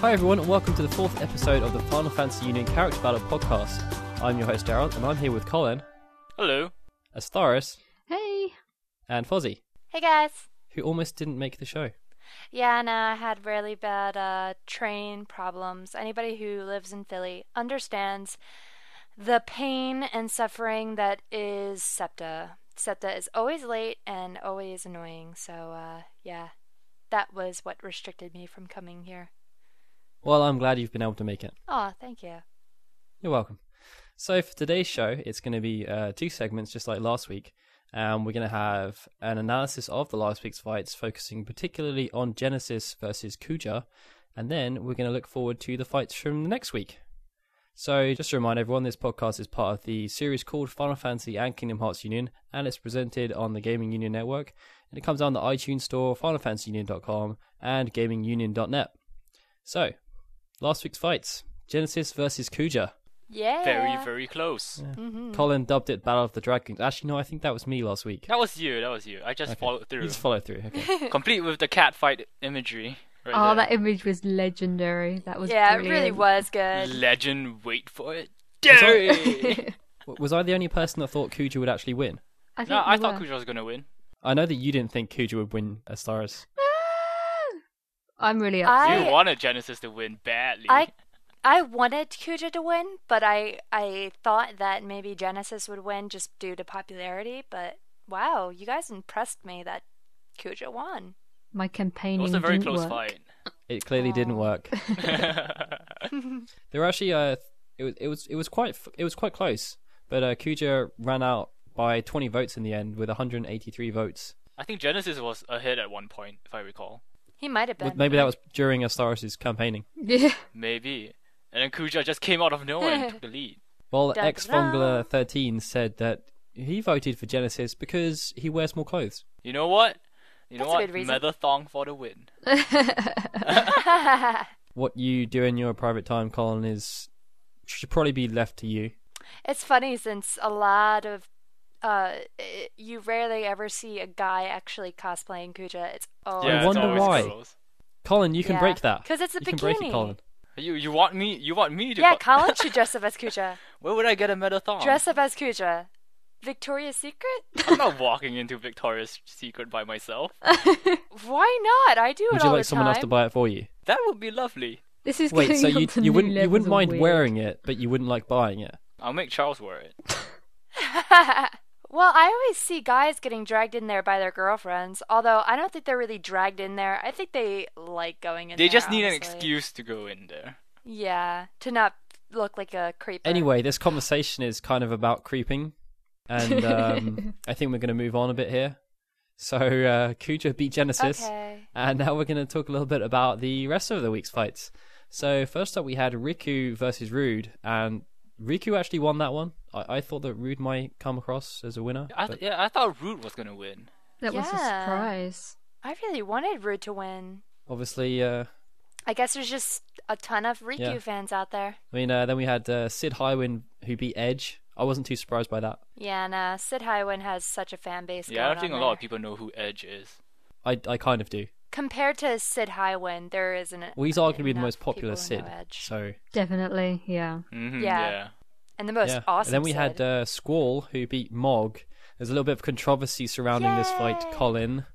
Hi everyone, and welcome to the fourth episode of the Final Fantasy Union Character Battle Podcast. I'm your host Daryl, and I'm here with Colin, Hello. Astaris, Hey. and Fozzie, Hey guys. who almost didn't make the show. Yeah, no, I had really bad uh, train problems. Anybody who lives in Philly understands the pain and suffering that is SEPTA. SEPTA is always late and always annoying. So, uh, yeah, that was what restricted me from coming here. Well, I'm glad you've been able to make it. Oh, thank you. You're welcome. So for today's show, it's going to be uh, two segments, just like last week. Um, we're going to have an analysis of the last week's fights, focusing particularly on Genesis versus Kuja, and then we're going to look forward to the fights from the next week. So just to remind everyone, this podcast is part of the series called Final Fantasy and Kingdom Hearts Union, and it's presented on the Gaming Union Network, and it comes out on the iTunes Store, FinalFantasyUnion.com, and GamingUnion.net. So, last week's fights: Genesis versus Kuja. Yeah. Very, very close. Colin dubbed it Battle of the Dragons. Actually, no, I think that was me last week. That was you. That was you. I just followed You through, just follow through. Okay. complete with the cat fight imagery. Right Oh, there. that image was legendary. That was yeah, it really brilliant. was good. legend. Wait for it. Dairy! W- was I the only person that thought Kuja would actually win? I think no, I you thought were. Kuja was gonna win. I know that you didn't think Kuja would win uh, Astaris. Ah! I'm really upset. I- you wanted Genesis to win badly. I I wanted Kuja to win, but I I thought that maybe Genesis would win just due to popularity, but wow, you guys impressed me that Kuja won. My it campaigning was a very didn't close work. fight. It clearly didn't work. There were actually, uh, it was, it was, it was quite, f- it was quite close. But uh, Kuja ran out by 20 votes in the end with 183 votes. I think Genesis was ahead at one point, if I recall. He might have Well, been. Maybe that was during Astaris' campaigning. Yeah. Maybe. And then Kuja just came out of nowhere and took the lead. Well, Dun-dun-dun. ex Fongler 13 said that he voted for Genesis because he wears more clothes. You know what? You know That's a what? good reason. Mother thong for the win. what you do in your private time, Colin, is should probably be left to you. It's funny since a lot of uh i- you rarely ever see a guy actually cosplaying Kuja. It's oh I yeah, it's wonder always why. girls. Colin, you can Yeah, break that 'cause it's a you Can break it, bikini. Colin. You you want me? You want me to? Yeah, co- Colin should dress up as Kuja. Where would I get a meta thong? Dress up as Kuja. Victoria's Secret? I'm not walking into Victoria's Secret by myself. Why not? I do it Would you all like the someone time. else to buy it for you? That would be lovely. This is Wait, getting so up you to you new wouldn't you levels wouldn't of mind weird. wearing it, but you wouldn't like buying it. I'll make Charles wear it. well, I always see guys getting dragged in there by their girlfriends, although I don't think they're really dragged in there. I think they like going in They there. just need an honestly. excuse to go in there. Yeah, to not look like a creep. Anyway, this conversation is kind of about creeping, and um, I think we're going to move on a bit here. So uh, Kuja beat Genesis. Okay. And now we're going to talk a little bit about the rest of the week's fights. So first up, we had Riku versus Rude, and Riku actually won that one. I, I thought that Rude might come across as a winner. I th- yeah, I thought Root was gonna win. That was a Yeah. surprise. I really wanted Rude to win. but obviously, uh, I guess there's just a ton of Riku Yeah. fans out there. I mean, uh, then we had uh, Sid Highwind who beat Edge. I wasn't too surprised by that. Yeah, and uh, Sid Highwind has such a fan base. Yeah, I going don't think a on lot of there. people know who Edge is. I I kind of do. Compared to Sid Highwind, there isn't. Well, he's arguably the enough most popular people who Sid. know Edge. So Definitely, yeah. hmm Yeah. yeah. and the most yeah. awesome. and then we Sid. had uh, Squall who beat Mog. There's a little bit of controversy surrounding this fight, Yay! Colin.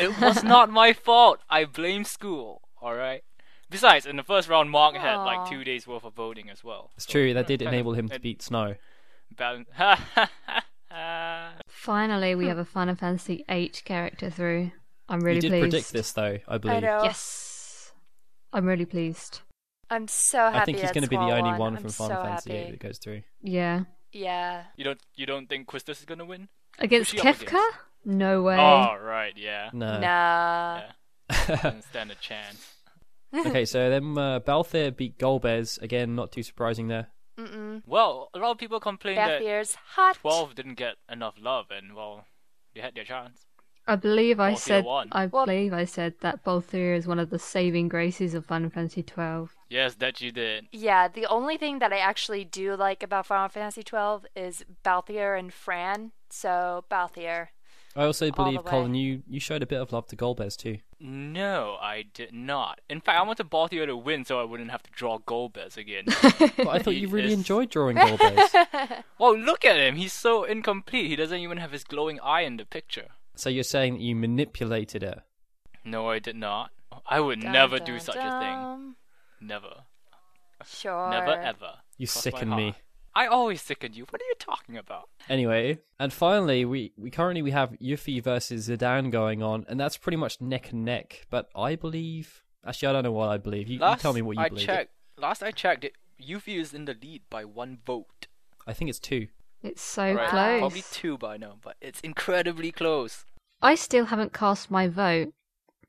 It was not my fault. I blame school. All right. Besides, in the first round, Mark had like Aw. two days worth of voting as well. It's So, true that did kind of- enable him to it beat Snow. Balance. Finally, we have a Final Fantasy VIII character through. I'm really you did pleased. predict this though, I believe. I know. Yes. I'm really pleased. I'm so happy. I think he's going to be the only one I'm from so Final Fantasy happy. VIII that goes through. Yeah. Yeah. you don't. You don't think Quistis is gonna win? Against Who's she up Kefka? against? No way. Oh right, yeah. No. nah. Yeah. Doesn't stand a chance. okay, so then uh, Balthair beat Golbez again. Not too surprising there. Mm-mm. Well, a lot of people complained that Bathier's hot. 12 didn't get enough love, and well, they had their chance. I believe I Or if you said want. I Well- believe I said that Balthier is one of the saving graces of Final Fantasy twelve. Yes, that you did. Yeah, the only thing that I actually do like about Final Fantasy twelve is Balthier and Fran. So Balthier. I also All the believe way. Colin, you you showed a bit of love to Golbez too. No, I did not. In fact, I want to Balthier to win so I wouldn't have to draw Golbez again. But I thought you really Yes. enjoyed drawing Golbez. well, look at him. He's so incomplete. He doesn't even have his glowing eye in the picture. so you're saying that you manipulated it. No, I did not. I would never do such a thing. Never. thing. Sure. Never ever. You Cross my sicken me. heart. I always sicken you. What are you talking about? Anyway, and finally, we, we currently we have Yuffie versus Zidane going on, and that's pretty much neck and neck. But I believe, actually, I don't know what I believe. You, you Last tell me what you I believe. checked. Last I checked, it, Yuffie is in the lead by one vote. I think it's two. It's so right? close. Probably two by now, but it's incredibly close. I still haven't cast my vote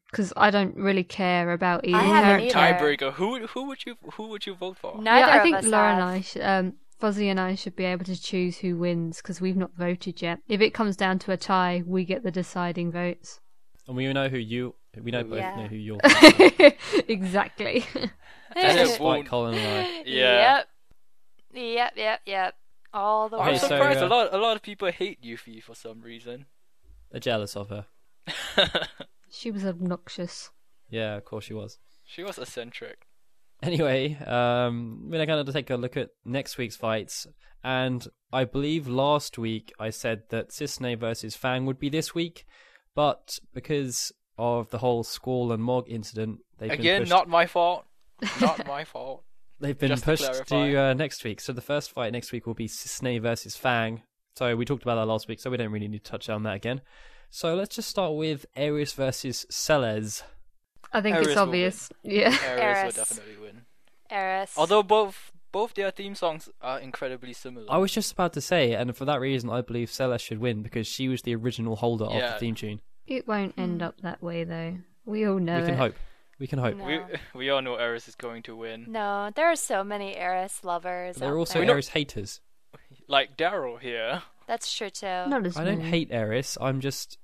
because I don't really care about either. I haven't character. either. Tiebreaker. Who who would you who would you vote for? Neither yeah, I of think us Laura and have. I, sh- um, Fozzie and I, should be able to choose who wins because we've not voted yet. If it comes down to a tie, we get the deciding votes. And we know who you. We know both Yeah. know who you're. exactly. That's it despite won't- Colin and Yeah. Yep. Yep. Yep. Yep. All the Okay, I'm way. so, surprised uh, a lot a lot of people hate Yuffie for some reason. I are jealous of her. she was obnoxious. Yeah, of course she was. she was eccentric. Anyway, um, we're going to take a look at next week's fights. And I believe last week I said that Cisne versus Fang would be this week, but because of the whole Squall and Mog incident, they've been Again, pushed, not my fault. Not my fault. they've been just to pushed to, clarify. uh, next week. So the first fight next week will be Cisne versus Fang. So we talked about that last week, so we don't really need to touch on that again. So let's just start with Aries versus Celes. I think Ares it's will obvious. Yeah. Ares will Ares. definitely win. Eris. Although both both their theme songs are incredibly similar. I was just about to say, and for that reason, I believe Celes should win because she was the original holder of Yeah. the theme tune. It won't Hmm. end up that way, though. We all know we can it. hope. We can hope. No. we we all know Ares is going to win. no, there are so many Eris lovers. There out are also there. know- Eris haters. Like Daryl here. That's true too. Not as I don't many. hate Eris. I'm just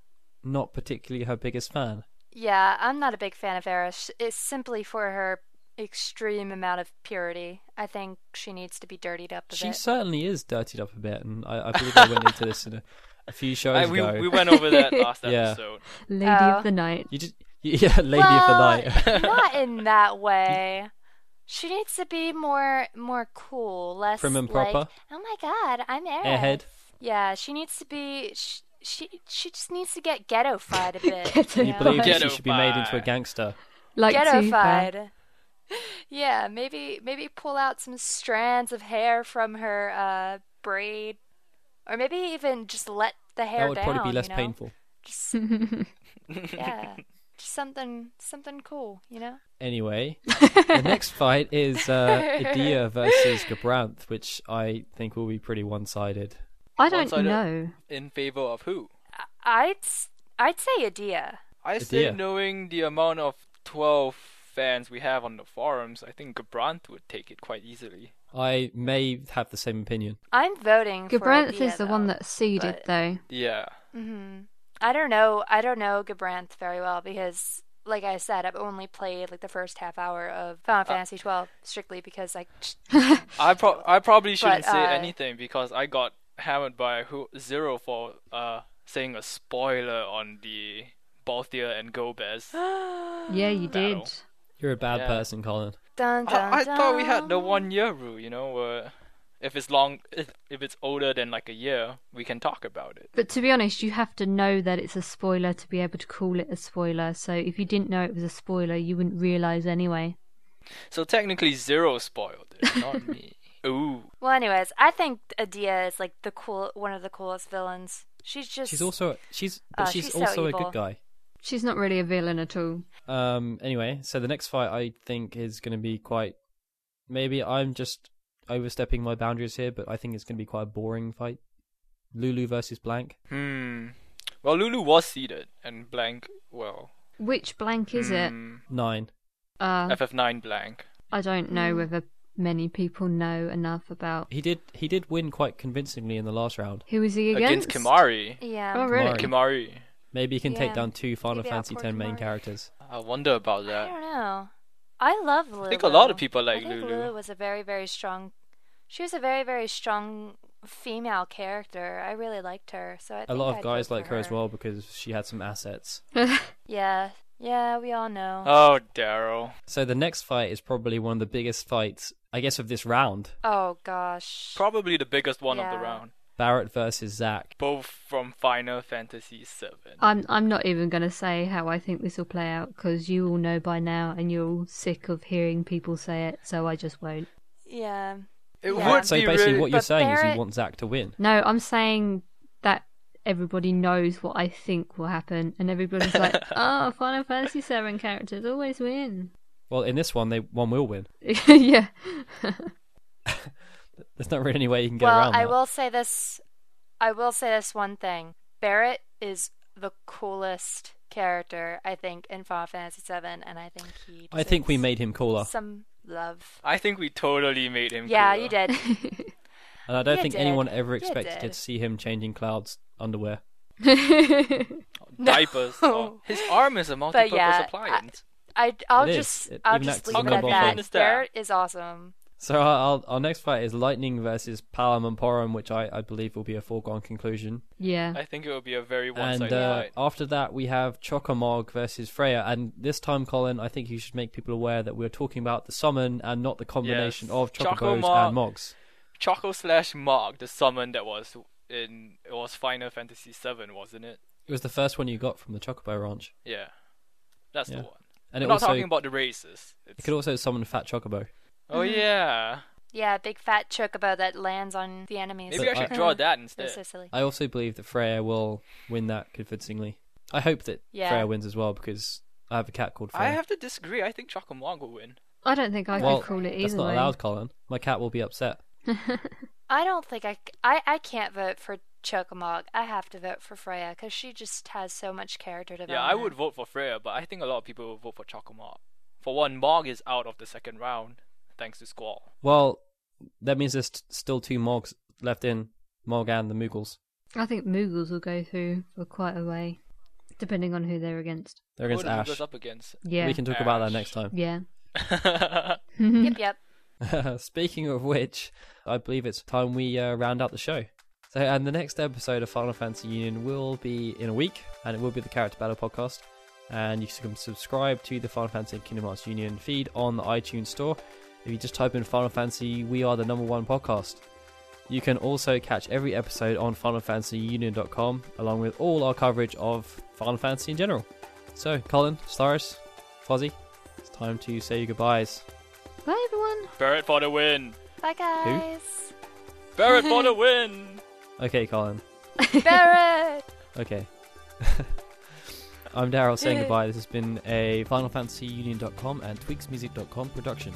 not particularly her biggest fan. Yeah, I'm not a big fan of Eris. It's simply for her extreme amount of purity. I think she needs to be dirtied up a She bit. certainly is dirtied up a bit, and I, I believe I went into this in a, a few shows I- we, ago. we went over that last Yeah. episode. Lady Oh. of the Night. You just, yeah, Lady of the Night. Well, not in that way. She needs to be more more cool, less Prim and like, proper? oh my god, I'm Eris. Airhead. Yeah, she needs to be. She, she she just needs to get ghettofied a bit. Ghetto- You believe that she Ghetto should be made into a fire. gangster. Like Tupac. ghettofied. Yeah, maybe maybe pull out some strands of hair from her uh, braid, or maybe even just let the hair That would down. probably be less you know? painful. Just, yeah, just something something cool, you know. Anyway, the next fight is uh, Idea versus Gabranth, which I think will be pretty one-sided. I don't One-sided. know. In favor of who? I'd s- I'd say Adia. I Idea. say knowing the amount of twelve fans we have on the forums, I think Gabranth would take it quite easily. I may have the same opinion. I'm voting for Gabranth Adia, is the one though. that seeded, but- though. Yeah. I don't know. I don't know Gabranth very well because, like I said, I've only played like the first half hour of Uh, Final Fantasy twelve strictly because like I pro- I probably shouldn't say uh, anything because I got hammered by who- zero for uh saying a spoiler on the Balthier and Gobez. Yeah, you Battle. did. You're a bad Yeah. person, Colin. dun dun. I, I thought we had the dun. one year rule, you know, where if it's long, if, if it's older than like a year, we can talk about it. But to be honest, you have to know that it's a spoiler to be able to call it a spoiler. So if you didn't know it was a spoiler, you wouldn't realise anyway. So technically, zero spoiled it, not me. Ooh, Well, anyways, I think Adia is like the cool one of the coolest villains. She's just She's also she's but Uh, she's, she's so also a evil. good guy. She's not really a villain at all. Um. Anyway, so the next fight I think is going to be quite. Maybe I'm just overstepping my boundaries here, but I think it's going to be quite a boring fight. Lulu versus Blank. hmm. Well, Lulu was seated, and Blank, well, Which blank is hmm, Nine. it? Uh, FF9 Blank. I don't know whether many people know enough about He did. He did win quite convincingly in the last round. who is he Against, against. Kimari. yeah. Oh, really? Kimari. Kimari. Maybe he can take Yeah. down two Final Maybe I'll Fantasy pour X main Kimari. characters. I wonder about I that. don't know. I love Lulu. I think a lot of people I like think Lulu. Lulu was a very very strong. She was a very very strong female character. I really liked her. So I A think lot of I'd guys vote for like her as well because she had some assets. Yeah, Yeah, we all know. Oh, Daryl. So the next fight is probably one of the biggest fights, I guess, of this round. oh gosh. Probably the biggest one of the Yeah. round. Barrett versus Zack. Both from Final Fantasy VII. I'm I'm not even going to say how I think this will play out because you all know by now, and you're all sick of hearing people say it, so I just won't. yeah. it yeah. would So be basically, really... what you're But saying is Barrett- you want Zack to win. No, I'm saying that everybody knows what I think will happen, and everybody's like, "Oh, Final Fantasy Seven characters always win." Well, in this one, they one will win. yeah, There's not really any way you can get Well, around I that. will say this. I will say this one thing. Barrett is the coolest character I think in Final Fantasy VII, and I think he. I think we deserves made him cooler, some love. I think we totally made him Yeah, cooler. you did. and I don't you think did. anyone ever You expected did. to see him changing Cloud's underwear. Diapers. Oh, his arm is a multi-purpose yeah, appliance. I, I'll It is. just, It I'll even just acts as leave a it at mobile that. phone. Barrett is awesome. So our, our, our next fight is Lightning versus Palamamporum, which I, I believe will be a foregone conclusion. yeah. I think it would be a very and one-sided uh, fight. after that, we have Chocomog versus Freya. And this time, Colin, I think you should make people aware that we're talking about the summon and not the combination Yes. of Chocobos Chocomog. and Mogs. Choco slash Mog, the summon that was in it was Final Fantasy VII, wasn't it? It was the first one you got from the Chocobo Ranch. Yeah, that's Yeah. the one. And it We're not also talking about the races. it It's... could also summon Fat Chocobo. Oh yeah, Yeah, big fat chocobo that lands on the enemies. maybe But I should I- draw that That's so instead. silly. I also believe that Freya will win that convincingly. I hope that Yeah. Freya wins as well because I have a cat called Freya. I have to disagree. I think Choco Mog will win. I don't think I Well, could call it either That's not way. allowed, Colin. My cat will be upset. I don't think I, c- I, I can't vote for Chocomog. I have to vote for Freya because she just has so much character Yeah, development. I would vote for Freya, but I think a lot of people will vote for Choco Mog. For one, Mog is out of the second round thanks to Squall. Well, that means there's t- still two Mogs left in Mog and the Moogles. I think Moogles will go through for quite a way, depending on who they're against. They're against Who do we Ash. goes up against? Yeah, We can talk about that Ash. next time. yeah. Yep, yep. Speaking of which, I believe it's time we uh, round out the show. So, and the next episode of Final Fantasy Union will be in a week, and it will be the Character Battle podcast. And you can subscribe to the Final Fantasy and Kingdom Hearts Union feed on the iTunes Store. If you just type in Final Fantasy, we are the number one podcast. You can also catch every episode on FinalFantasyUnion.com, along with all our coverage of Final Fantasy in general. So, Colin, Staris, Fozzie, it's time to say your goodbyes. Bye, everyone. Barrett for the win! Bye, guys. Barrett for the win! Okay, Colin. Barrett! Okay. I'm Daryl saying goodbye. This has been a FinalFantasyUnion.com and TweaksMusic.com production.